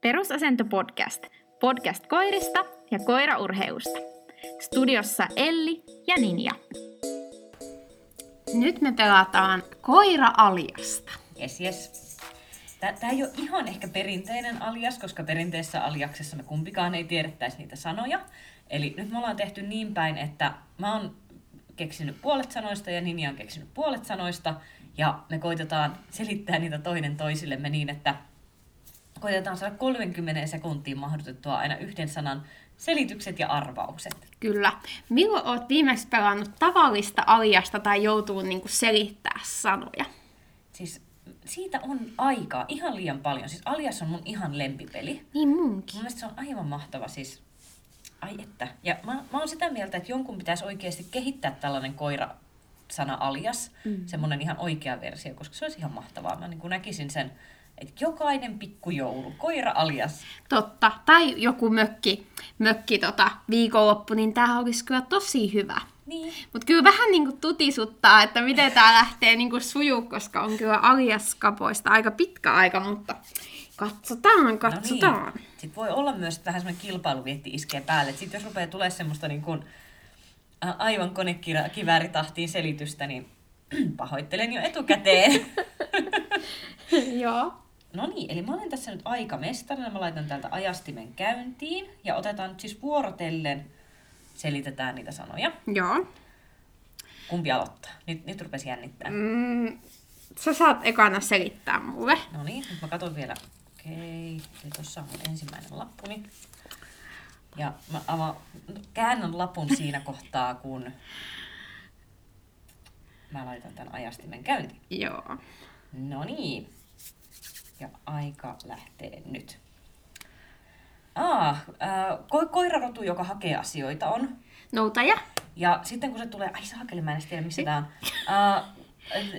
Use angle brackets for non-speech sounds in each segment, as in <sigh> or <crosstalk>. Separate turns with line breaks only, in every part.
Perusasento podcast. Podcast koirista ja koiraurheusta. Studiossa Elli ja Ninja.
Nyt me pelataan koira-aliasta.
Yes, yes. Tämä ei ole ihan ehkä perinteinen alias, koska perinteisessä aliaksessa me kumpikaan ei tiedettäisi niitä sanoja. Eli nyt me ollaan tehty niin päin, että mä oon keksinyt puolet sanoista ja Ninja on keksinyt puolet sanoista. Ja me koitetaan selittää niitä toinen toisillemme niin, että koitetaan saada 30 sekuntiin mahdutettua aina yhden sanan selitykset ja arvaukset.
Kyllä. Milloin oot viimeksi pelannut tavallista aliasta tai joutuu niinku selittää sanoja?
Siis siitä on aikaa ihan liian paljon. Siis alias on mun ihan lempipeli.
Niin
Mun
munkin.
mielestä se on aivan mahtava siis. Ai että. Ja mä, mä oon sitä mieltä, että jonkun pitäisi oikeasti kehittää tällainen koira sana alias, mm. semmoinen ihan oikea versio, koska se olisi ihan mahtavaa. Mä niin kuin näkisin sen, että jokainen pikkujoulu, koira alias.
Totta. Tai joku mökki, mökki tota, viikonloppu, niin tää olisi kyllä tosi hyvä.
Niin.
Mutta kyllä vähän niinku tutisuttaa, että miten tämä lähtee niinku sujuu, koska on kyllä aliaskapoista aika pitkä aika, mutta katsotaan, katsotaan.
<laughs> No niin. Sitten voi olla myös, että vähän semmoinen kilpailuvietti iskee päälle. Sitten jos rupeaa tulemaan semmoista niin kuin, ä, aivan konekivääritahtiin selitystä, niin <clears throat> pahoittelen jo etukäteen.
Joo.
No niin, eli mä olen tässä nyt aikamestarina. Mä laitan täältä ajastimen käyntiin ja otetaan nyt siis vuorotellen selitetään niitä sanoja.
Joo.
Kumpi aloittaa? Nyt, nyt rupesi jännittää. Mm.
Mm, sä saat ekana selittää mulle.
No niin, nyt mä katson vielä. Okei, eli tuossa on mun ensimmäinen lappuni. Ja mä avaan, käännän lapun siinä kohtaa, kun mä laitan tämän ajastimen käyntiin.
Joo.
No niin. Ja aika lähtee nyt. Ah, ää, ko- koirarotu, joka hakee asioita on.
Noutaja.
Ja sitten kun se tulee, ai saakeli, mä en edes tiedä missä tää on. Ah, äh,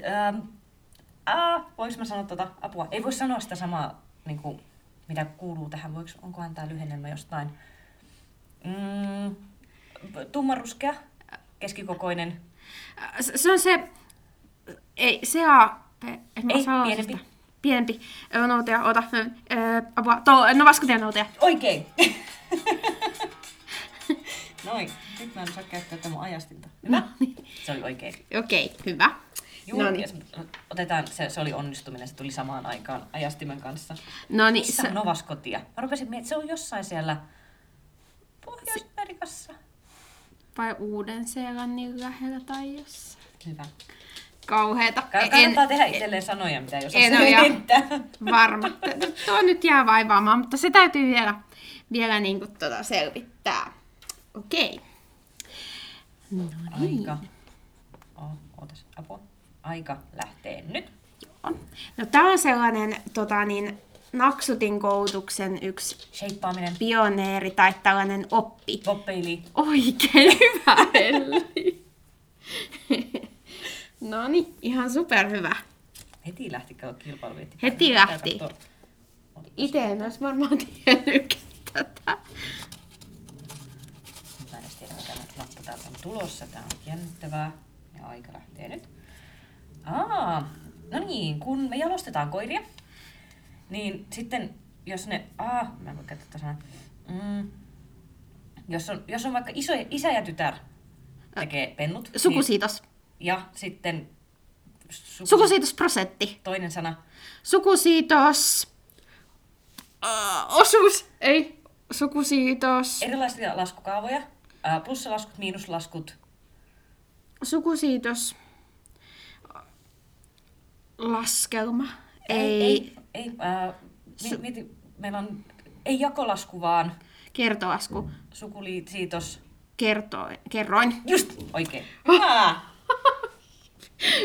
Ää, ää, ää, voinko mä sanoa tota apua? Ei voi sanoa sitä samaa, niin kuin, mitä kuuluu tähän. Voiko, onkohan tää lyhennelmä jostain? Mm, tummaruskea, keskikokoinen,
Ä, Äh, Se se on se... Ei, se on... En mä
Ei,
osaa
pienempi.
sitä. Pienempi. Ö, Noutaja, ota. Ö, ö, Apua. Tuo, no vaskutien noutaja.
Oikein. <laughs> Noin. Nyt mä en saa käyttää tämän mun ajastinta. Hyvä? Se oli oikein.
Okei, hyvä.
Juu,
niin. No
no
niin.
niin. Otetaan, se, se, oli onnistuminen, se tuli samaan aikaan ajastimen kanssa.
No niin,
Missä
se-
on Novaskotia? Mä rupesin miettimään, se on jossain siellä Pohjois-Amerikassa.
Vai Uuden-Seelannin lähellä tai jossain.
Hyvä.
Kauheeta.
Ka- kannattaa tehdä itselleen sanoja, mitä jos
en
osaa
ole No ihan-
selittää.
Varma. T- Tuo nyt jää vaivaamaan, mutta se täytyy vielä, vielä niin kuin tuota selvittää. Okei. niin.
Aika. Oh, ootas, apua. Aika lähtee nyt.
Joo. No tämä on sellainen tota, niin, naksutin koulutuksen yksi
Sheippaaminen.
pioneeri tai tällainen oppi.
Poppeili.
Oikein <laughs> hyvä, Elli. no niin, ihan superhyvä.
Heti lähti kato kilpailu.
Heti
Pitää
lähti.
katsoa.
Itse en olisi varmaan tiennytkin tätä.
Mä en edes tiedä, mikä nyt lappu täältä on tulossa. Tää on jännittävää. Ja aika lähtee nyt. Aa, no niin, kun me jalostetaan koiria, niin sitten jos ne... Aa, mä en voi käyttää tätä sanaa. Mm, jos, on, jos on vaikka iso, isä ja tytär tekee pennut.
Sukusiitos.
Niin, ja sitten suku,
Sukusiitosprosentti.
toinen sana.
Sukusiitos. Ö, Äh, osuus. Ei. Sukusiitos.
Erilaisia laskukaavoja. Ää, plussalaskut, miinuslaskut.
Sukusiitos. Laskelma. Ei.
ei, ei ää, mi, mieti, meillä on ei jakolasku, vaan
Kertolasku.
sukuliitos.
Kerto, kerroin.
Just oikein. Hyvä!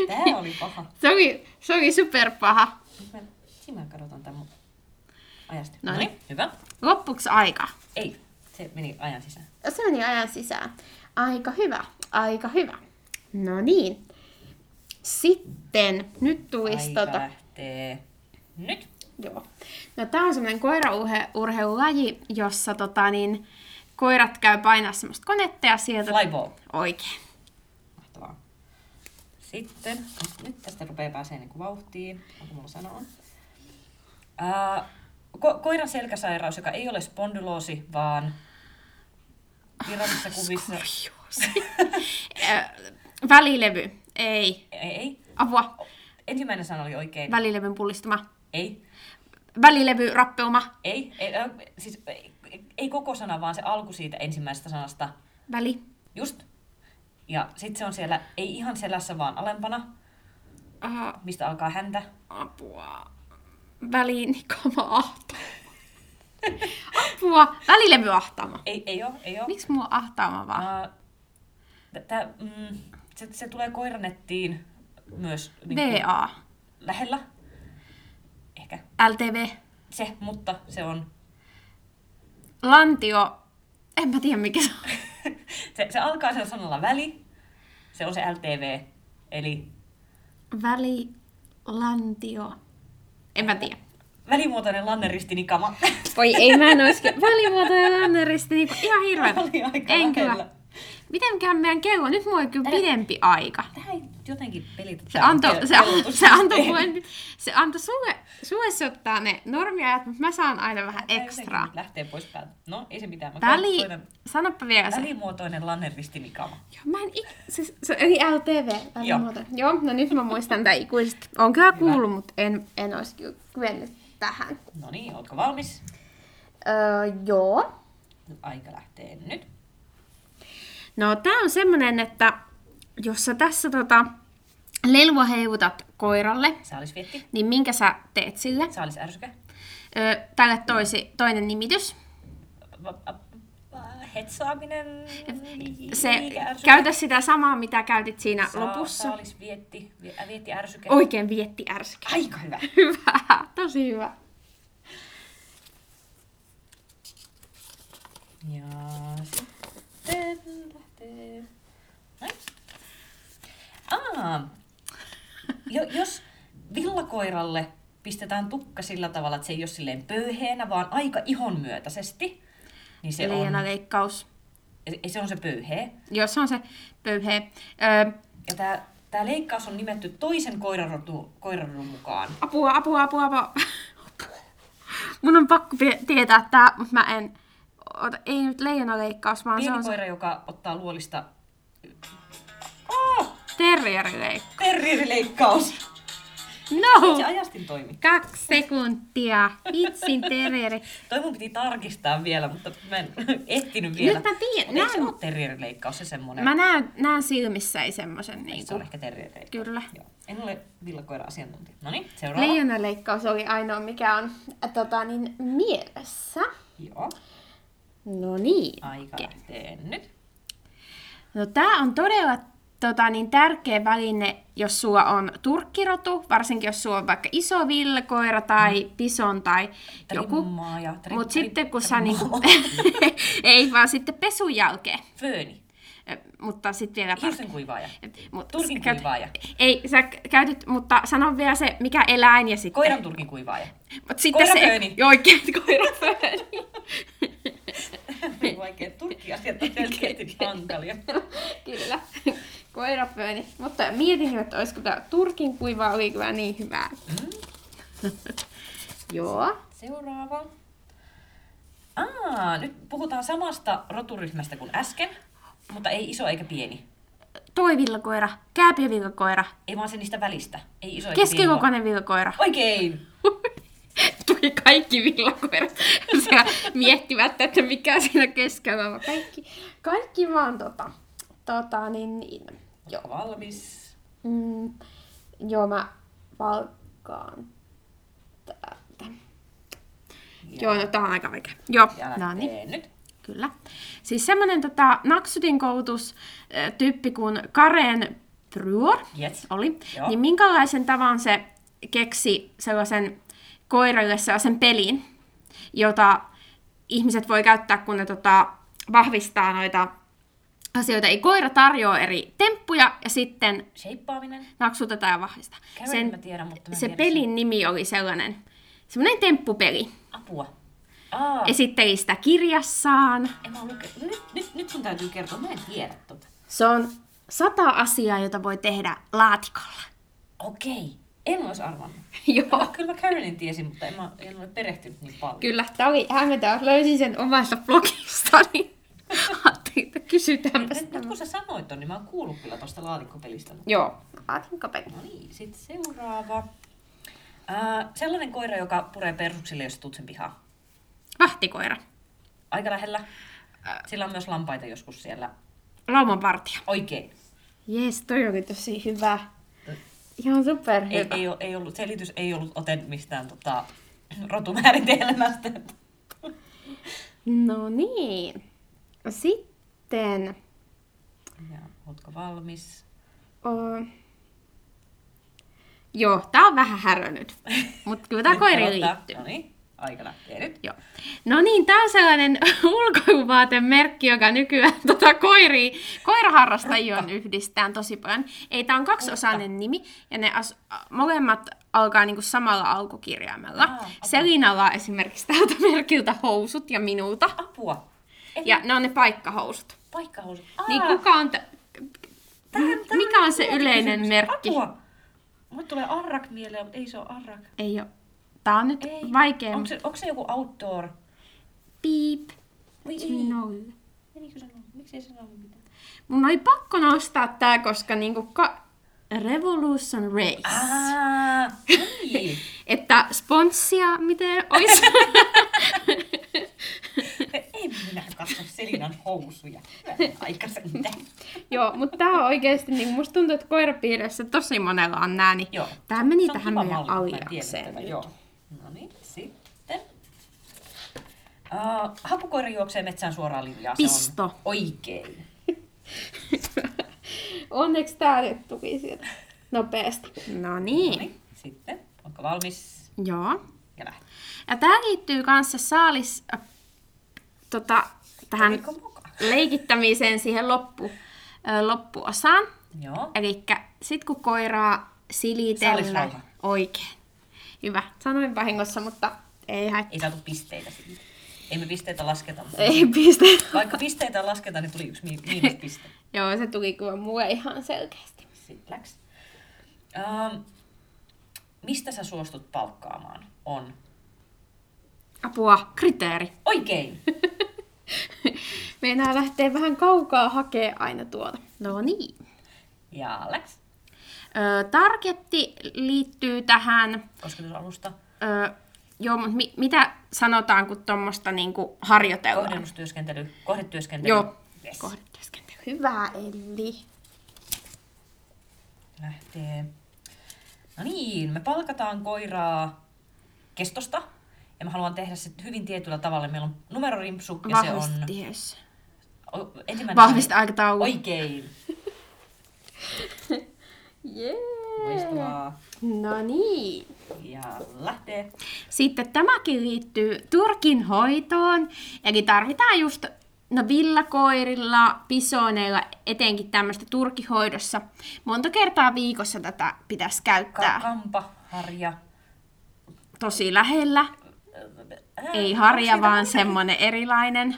Tää oli paha.
Se oli, se oli superpaha.
Nyt mä, siinä mä katsotaan tämän mun ajasta.
No niin.
Hyvä.
Loppuksi aika.
Ei, se meni ajan sisään.
Se meni ajan sisään. Aika hyvä, aika hyvä. No niin. Sitten, nyt tulisi
Aika
tota...
lähtee. Nyt.
Joo. No tää on semmoinen koiraurheilulaji, jossa tota niin, koirat käy painaa semmoista konetta ja sieltä...
Flyball.
Oikein.
Mahtavaa. Sitten, nyt tästä rupeaa pääsee niinku vauhtiin, onko mulla sanoa. Ää, ko- koiran selkäsairaus, joka ei ole spondyloosi, vaan virallisissa kuvissa...
<laughs> Äh, Välilevy. Ei.
Ei, ei.
Apua.
Ensimmäinen sana oli oikein.
Välilevyn pullistuma.
Ei,
Välilevy, rappeuma.
ei, ei, äh, siis, ei, ei koko sana, vaan se alku siitä ensimmäisestä sanasta.
Väli.
Just. Ja sitten se on siellä, ei ihan selässä, vaan alempana,
Äh,
mistä alkaa häntä.
apua. Välinikoma ahtaama. <laughs> apua. Välilevy ahtaama.
Ei, ei ole, ei ole.
Miksi mua ahtaama vaan?
Äh, tä- tää, mm, se, se tulee koiranettiin myös niin kuin,
VA.
lähellä. Ehkä
LTV.
se, mutta se on... <laughs>
Lantio. En mä tiedä mikä se on.
Se, se alkaa sen sanalla väli. Se on se LTV. Eli
Väli. Lantio. En mä tiedä.
välimuotoinen lanneristinikama.
Voi ei, mä en olisikin. Välimuotoja lanneristi, niin ihan
<laughs>
hirveä.
Oli aika
En
lähellä.
kyllä. Mitenköhän meidän kello? Nyt mulla on kyllä pidempi aika.
Tämä ei nyt jotenkin pelitä.
Se antoi, se, se antoi mulle, se antoi sulle, sulle se ottaa ne normiajat, mutta mä saan aina vähän ekstra.
Lähtee pois päältä. No, ei se mitään. Mä
Väli,
koitan-
sanoppa vielä se.
Välimuotoinen lannerristinikama.
Joo, mä en ik... siis, se, eli LTV.
Joo.
Joo. Joo, no nyt mä muistan tämän ikuisesti. Oon kyllä kuullut, mutta en, en olisi kyllä kyennyt tähän.
No niin, ootko valmis?
Öö, joo.
Aika lähtee nyt.
No tää on semmonen, että jos sä tässä tota, lelua heivutat koiralle,
Saalisvietti.
niin minkä sä teet sille?
Saalisärsyke.
Öö, tälle toisi, toinen nimitys.
Va- va- Hetsaaminen.
Se,
liikeärsyke.
käytä sitä samaa, mitä käytit siinä
Saa-
lopussa.
Saalisvietti. vie- äh, Vietti ärsyke.
Oikein vietti ärsykä. <laughs>
Aika hyvä.
Hyvä, tosi hyvä.
Ja sitten lähtee. Näin. Aa, jo, jos villakoiralle pistetään tukka sillä tavalla, että se ei ole silleen pöyheenä, vaan aika ihon myötäisesti, niin se
Leijana
on,
leikkaus.
ei, se on se pöyhee.
Jos on se pöyhe. Öö,
Ja tämä tää leikkaus on nimetty toisen koirarodun, koirarodun mukaan.
apua, apua, apua, apua. Mun on pakko pie- tietää tää, mutta mä en... Ota, ei nyt leijonaleikkaus, vaan se
Pieni
on se
koira, joka ottaa luolista... Oh,
terrierileikkaus.
terrierileikkaus!
No!
Se ajastin toimi.
Kaksi sekuntia. Vitsin terrieri.
Toi mun piti tarkistaa vielä, mutta mä en <laughs> ehtinyt vielä.
Nyt mä tiedän,
Mutta Eikö se
näin.
ole terrierileikkaus se semmonen?
Mä näen, näen silmissäni semmosen
Se
niinku.
on ehkä terrierileikkaus.
Kyllä.
Joo. En ole villakoira-asiantuntija. No niin, seuraava.
Leijonaleikkaus oli ainoa, mikä on ä, tota, niin, mielessä.
Joo,
No niin.
aika lähtee nyt.
No tämä on todella tota, niin tärkeä väline, jos sulla on turkkirotu, varsinkin jos sulla on vaikka iso villakoira tai pison tai joku.
Trimmaa ja trim,
Mutta
trim-
sitten kun sä niinku,
trimmaa.
<laughs> ei vaan sitten pesun jälkeen,
<laughs> Fööni,
Ö, mutta sitten vielä
hiusten kuivaaja.
Mut,
Turkin
sä käyt-
kuivaaja.
Ei, sä k- käytit, mutta sano vielä se, mikä eläin ja sitten...
Koiran turkin
<laughs>
kuivaaja.
mut sitten
koirafööni.
Se, joo, oikein, koirafööni.
Ei Vaikea turkki-asiat on selkeästi hankalia.
Kyllä, koirafööni. Mutta mietin, että olisiko tämä Turkin kuiva oli kyllä niin hyvää.
Mm.
joo.
Seuraava. Aa, nyt puhutaan samasta roturyhmästä kuin äsken, mutta ei iso eikä pieni.
Toi villakoira, kääpiö villakoira,
Ei vaan se niistä välistä. Ei iso eikä pieni, vaan-
keskikokoinen villakoira. <laughs>
Oikein!
Tuli kaikki villakoirat. <laughs> Siellä miettimättä, että mikä siinä keskellä on. Kaikki, kaikki vaan tota, tota niin, niin.
Joo. Valmis.
Mm, joo, mä palkkaan täältä. Joo, no tää on aika vaikea. Joo,
Ja
no niin.
lähtee nyt.
Kyllä. Siis semmoinen tota, naksutin koulutustyyppi kuin Karen Bruor
Yes.
oli,
Joo.
niin minkälaisen tavan se keksi sellaisen koiralle sellaisen pelin, jota ihmiset voi käyttää, kun ne tota, vahvistaa noita asioita. Ei koira tarjoa eri temppuja ja sitten
Seippaaminen.
naksutetaan ja vahvistaa.
Karen mä tiedän, mutta mä en
se
tiedä
pelin nimi oli sellainen, semmoinen temppupeli.
Apua. Aa,
Esitteli sitä kirjassaan.
en mä luke... nyt, nyt, nyt sun täytyy kertoa, mä en tiedä tota.
Se on sata asiaa, jota voi tehdä laatikolla. <laughs>
Okei. En olisi arvannut.
Joo.
Ah, kyllä mä Karenin tiesin, mutta en, mä, en ole perehtynyt niin paljon.
Kyllä, tämä oli hämmentävä. Löysin sen omasta <laughs> blogistani. Ajattelin, että kysytäänpä
Nyt, nyt kun sä sanoit ton, niin mä oon kuullut kyllä tosta laatikkopelistä. mutta-
Joo. Laatin kapeli.
No niin, sitten seuraava. Ää, sellainen koira, joka puree persuksille, jos tuut sen pihaan.
Vahtikoira.
Aika lähellä. Sillä on myös lampaita joskus siellä.
Laumanvartija.
Oikein.
Jees, toi oli tosi hyvä. Ihan super
Ei, ei, oo- ei ollut, selitys ei ollut ote mistään tota, <laughs> rotumääritelmästä.
No niin. Sitten.
Ja, ootko valmis?
O... Joo, tää on vähän härönyt. Mutta kyllä tää
Nyt
koiri
aloittaa.
liittyy.
No niin, aika lähtee nyt.
Joo. No niin, tää on sellainen <laughs> ulkoiluvaatemerkki, joka nykyään <laughs> tota koiri, koiraharrastajia on yhdistään tosi paljon. Ei, tää on kaksiosainen nimi, ja ne as, a- molemmat alkaa niinku samalla alkukirjaimella.
Ah, okei.
Selinalla on esimerkiksi tältä merkiltä housut ja minulta.
Apua. Ei,
Ja ne on ne paikkahousut.
paikkahousut. Aa,
Niin kuka on... T- mikä on se yleinen
kysymys.
merkki?
Apua. Mulle tulee arrak mieleen, mutta ei se ole arrak.
Ei oo. Tää on nyt
Ei.
vaikea.
Onko se, onko se joku outdoor?
Piip.
Voi ei.
Nolle.
Menikö sanoa? Miksi ei sanonut mitään?
Mun oli pakko nostaa tää, koska niinku ka- Revolution Race. <laughs>
Aa, niin.
Että sponssia, miten
<laughs>
ois?
en minä katso Selinan housuja. Hyvänen Aika sentään.
Joo, mutta tää on oikeesti, niin musta tuntuu, että koirapiirissä tosi monella on nää, niin
Joo.
tää meni
Se on
tähän
kiva
meidän
malli, mä tiedän
aliakseen.
tätä,
nyt.
Joo. No niin, sitten. Uh, hapukoira juoksee metsään suoraan linjaan. Se on
Pisto.
Oikein. No
Onneksi tää nyt tuli sieltä nopeasti.
No
No
niin,
niin, sitten. Onko valmis?
joo.
Ja lähti.
Ja tää liittyy kanssa saalis... Äh, tota, tähän
Oliko mukaan?
leikittämiseen siihen loppu, ö, loppuosaan.
Joo.
Eli sit kun koiraa silitellä
Saalisrauha.
oikein. Hyvä. Sanoin vahingossa, mutta ei haittaa.
Ei saatu pisteitä siitä. Ei me pisteitä lasketa. mutta-
Ei pistä.
Vaikka pisteitä lasketaan, niin tuli yksi mi- miinuspiste.
Joo, se tuli kyllä mulle ihan selkeästi.
Sitten läks. Ähm, mistä sä suostut palkkaamaan? On.
Apua, <laughs> kriteeri.
Oikein!
Meinaa lähtee vähän kaukaa hakee aina tuolta.
No niin.
Ja läks.
Ö, targetti liittyy tähän,
Kosketusalusta.
ö, joo, mutta mi- mitä sanotaan, kun tuommoista niinku harjoitellaan?
Kohdennustyöskentely. Kohdetyöskentely.
Joo,
Yes.
kohdetyöskentely.
Hyvä Elli.
Lähtee. No niin, me palkataan koiraa kestosta. Ja mä haluan tehdä se hyvin tietyllä tavalla. Meillä on numerorimpsu ja se on...
Vahvistiös.
O- ensimmäinen-
Vahvista aikataulu.
Oikein.
Jee.
Loistavaa.
No niin.
Ja lähtee.
Sitten tämäkin liittyy Turkin hoitoon, eli tarvitaan just no villakoirilla, pisoneilla, etenkin tämmöistä turkihoidossa. Monta kertaa viikossa tätä pitäisi
Ka-
käyttää
kampa, harja.
tosi lähellä.
Ää,
Ei
onko
harja,
siitä
vaan
muuta?
semmoinen erilainen.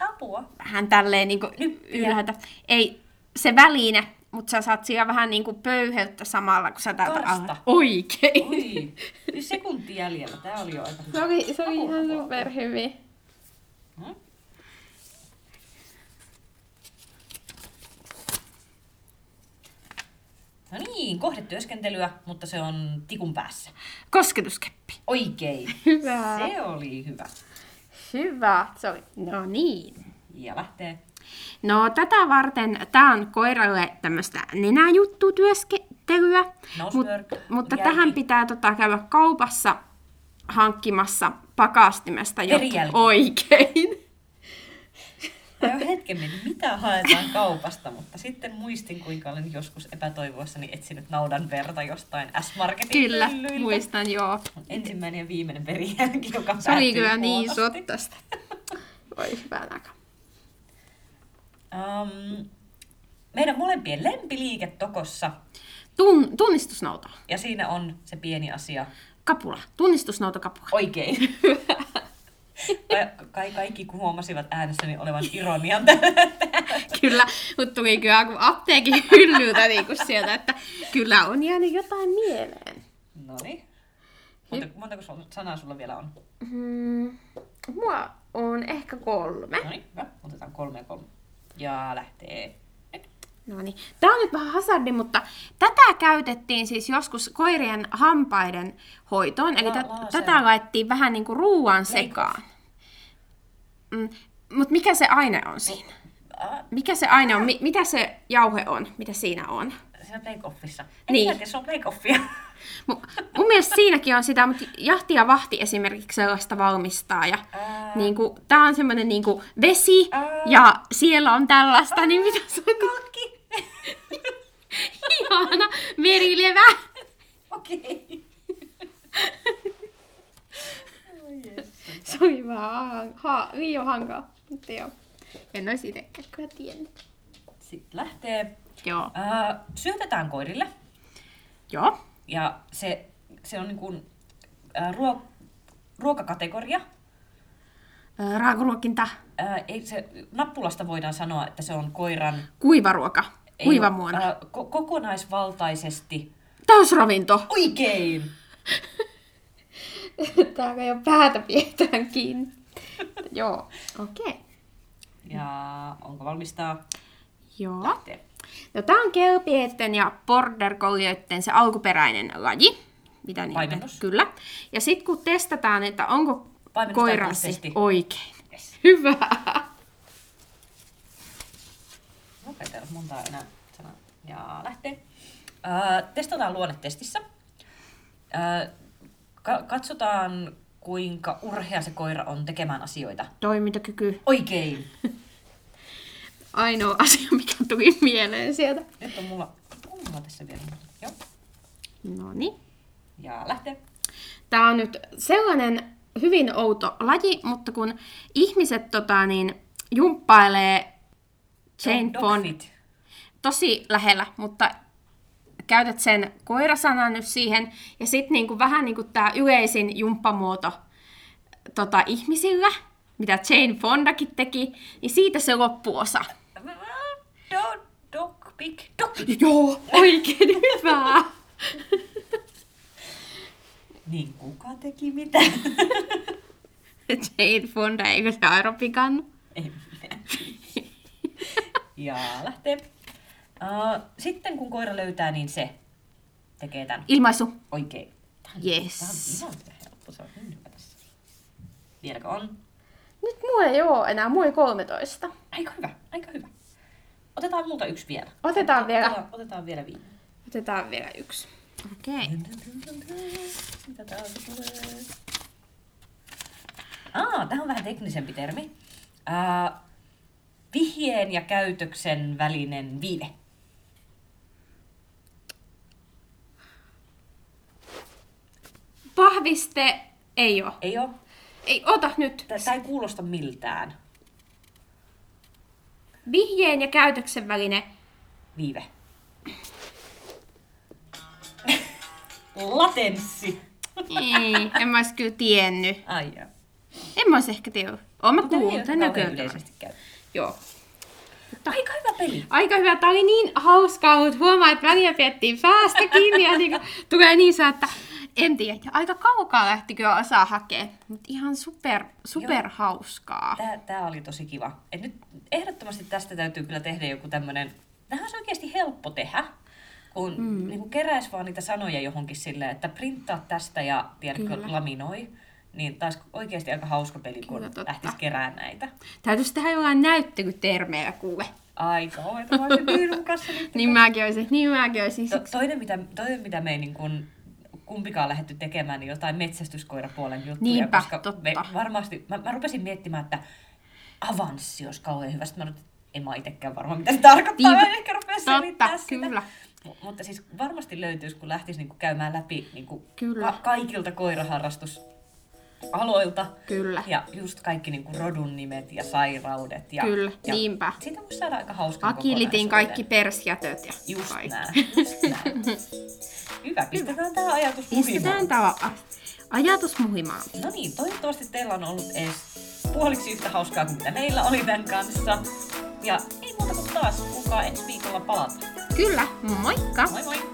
Apua.
Vähän tälleen niin ylhäältä. Ei se väline, mutta sä saat siellä vähän niin kuin pöyheyttä samalla, kun sä täältä
Karsta.
alat. Oikein.
Oi, Niin sekunti jäljellä. Tää oli jo aika hyvä.
Se oli, se oli ihan superhyvi.
Hmm? No niin, kohdetyöskentelyä, mutta se on tikun päässä.
Kosketuskeppi.
Oikein.
Hyvä.
Se oli hyvä.
Hyvä. Se oli.
No niin.
Ja lähtee.
No tätä varten, tämä on koiralle tämmöistä nenäjuttutyöskentelyä, mut,
Nosework,
mutta
No, jälki.
tähän pitää tota, käydä kaupassa hankkimassa pakastimesta jokin
Perijälki. <laughs>
oikein.
Mä jo hetken mietin, mitä haetaan kaupasta, mutta sitten muistin, kuinka olen joskus epätoivoissani etsinyt naudan verta jostain S-Marketin
Kyllä,
hyllyiltä.
muistan joo.
Ensimmäinen ja viimeinen perijälki, joka
Se oli
päättyi
kyllä niin
huonosti.
sottasta.
Voi hyvä näkö.
Um, meidän molempien lempiliike Tokossa,
Tun, tunnistusnouto.
ja siinä on se pieni asia
Kapula. Tunnistusnouto kapula. <laughs>
oikein. Ka- Kai kaikki kun huomasivat äänessäni olevan
<laughs>
ironian tällä.
Kyllä, mutta tuli <laughs> niinku kyllä kun apteekin hyllyltä niin kuin sieltä, että kyllä on jäänyt jotain mieleen.
No niin. Monta, montako sun- sanaa sulla vielä on?
Hmm.
Mm, mulla on ehkä kolme.
No niin, hyvä. Otetaan kolme ja kolme. Ja lähtee.
No niin. Tämä on nyt vähän hasardi, mutta tätä käytettiin siis joskus koirien hampaiden hoitoon. Eli
La-
tä-
laaseri.
tätä laittiin vähän niin kuin ruuan sekaan. Mm, Mutta mikä se aine on siinä?
Ah,
Mikä se aine on? Mi- mitä se jauhe on? Mitä siinä on?
se on Blake-offissa.
Niin.
Niin. Tiedä, se on
<laughs>
Blake-offia.
Mun, mun mielestä siinäkin on sitä, mutta jahti ja vahti esimerkiksi sellaista valmistaa. Ja
Ää.
niin kuin, tää on semmoinen niin kuin vesi
Ää.
ja siellä on tällaista, niin mitä se on? <laughs>
Kalkki.
<laughs>
Ihana merilevä!
Okei.
Se oli vähän han- ha- liian hankala. Mutta joo.
En olisi itsekään.
Kyllä tiennyt.
Sitten lähtee.
Joo.
Äh, syötetään koirille.
Joo.
Ja se, se on niin kuin, äh, ruo, ruokakategoria.
Ö, Raakuruokinta.
Äh, ei, se, nappulasta voidaan sanoa, että se on koiran
Kuivaruoka.
ei
Kuivamuona.
ole, äh, ko- kokonaisvaltaisesti.
<laughs>
Täysravinto.
Oikein!
Täällä ei ole päätä pidetään kiinni. joo.
Okei. Okay.
Ja onko valmistaa?
Joo.
Tee.
No, tämä on kelpieiden ja border collieiden se alkuperäinen laji. Mitä niitä?
Paimennus.
Kyllä. Ja sitten kun testataan, että onko
Paimennus-
koirasi
testi.
oikein.
Yes.
Hyvä.
Okei, täällä on montaa enää sanaa. Ja lähtee. Ää, testataan luonnetestissä. Ää, ka- katsotaan, kuinka urhea se koira on tekemään asioita.
Toimintakyky.
Oikein!
Ainoa <laughs> asia, mikä tuli mieleen sieltä.
Nyt on mulla, on mulla tässä vielä. Joo.
No niin.
Ja lähtee.
Tämä on nyt sellainen hyvin outo laji, mutta kun ihmiset tota, niin, jumppailee Jane
Dog
Bond
fit.
tosi lähellä, mutta käytät sen koirasanan nyt siihen. Ja sitten niinku, vähän niin kuin tämä yleisin jumppamuoto tota, ihmisillä, mitä Jane Fondakin teki, niin siitä se loppuosa.
Dog, dog, big, dog.
Joo, oikein hyvää.
Niin kuka teki mitä?
<laughs> Jane Fonda, eikö se aeropikan?
En minä. <laughs> ja lähtee. Ää, sitten kun koira löytää, niin se tekee tämän.
Ilmaisu.
Oikein. Tää on-
Yes.
Tää on ihan yhtä helppo, se on niin hyvä tässä. Vieläkö on?
Nyt mulla ei oo enää. Mulla ei 13.
Aika hyvä, aika hyvä. Otetaan multa yksi vielä.
Otetaan vielä.
Otetaan, otetaan vielä viime.
Otetaan vielä yksi.
Okei. Okay.
Mitä täältä tulee? Aa, tää on vähän teknisempi termi. Ää, vihjeen ja käytöksen välinen viive.
Pahviste ei ole.
Ei oo?
Ei, ota nyt.
Tää, tää ei kuulosta miltään.
Vihjeen ja käytöksen väline.
Viive. Latenssi.
Ei, en mä ois kyllä tiennyt.
Ai joo.
En mä ois ehkä tiennyt. Oon mä
Mutta ei
kuullut
ole
tän
kauhean
näköjään.
yleisesti käy.
Joo.
Aika hyvä peli.
Aika hyvä. Tää oli niin hauskaa, mutta huomaa, että väliä piettiin päästä kiinni ja niinku, tulee niin saa, että en tiedä. Ja Aika kaukaa lähti kyllä osaa hakea, mutta ihan super, super hauskaa.
Tää, tää oli tosi kiva. Et nyt ehdottomasti tästä täytyy kyllä tehdä joku tämmönen... Tämähän on oikeasti helppo tehdä, kun mm. niinku keräis vaan niitä sanoja johonkin silleen, että printtaa tästä ja tiedätkö, laminoi. Niin taas oikeasti aika hauska peli,
Kyllä,
kun
totta.
lähtis kerään näitä.
Täytyisi tehdä jollain näyttelytermejä kuule.
Aika oeta vaan sen piirun kanssa nyt.
Niin mäkin olisin, niin mäkin olisin.
To, toinen, mitä, toinen, mitä me ei niin kuin kumpikaan lähdetty tekemään, niin jotain metsästyskoirapuolen juttuja.
Niinpä,
koska
totta.
Me varmasti, mä, mä rupesin miettimään, että avanssi olisi kauhean hyvä. Sitten mä nyt, en mä itsekään varmaan, mitä se tarkoittaa.
Niinpä,
Mä en ehkä rupea
totta,
selittää sitä.
kyllä.
M- mutta siis varmasti löytyisi, kun lähtisi niin kuin käymään läpi niin kuin
Kyllä.
Ka- kaikilta koiraharrastusaloilta.
Kyllä.
Ja just kaikki niin kuin rodun nimet ja sairaudet. Ja,
Kyllä,
ja
niinpä.
Siitä voisi saada aika hauskan
Akilitin
kokonaisuuden.
kaikki persjätöt ja
Just
kaikki.
näin, just näin. <laughs> Hyvä, pistetään tämä ajatus
Pistetään
puhimaan.
tämä a- ajatus muhimaan.
No niin, toivottavasti teillä on ollut edes puoliksi yhtä hauskaa kuin mitä meillä oli tämän kanssa. Ja ei muuta kuin taas, kuulkaa ensi viikolla palata.
Kyllä, moikka!
Moi moi!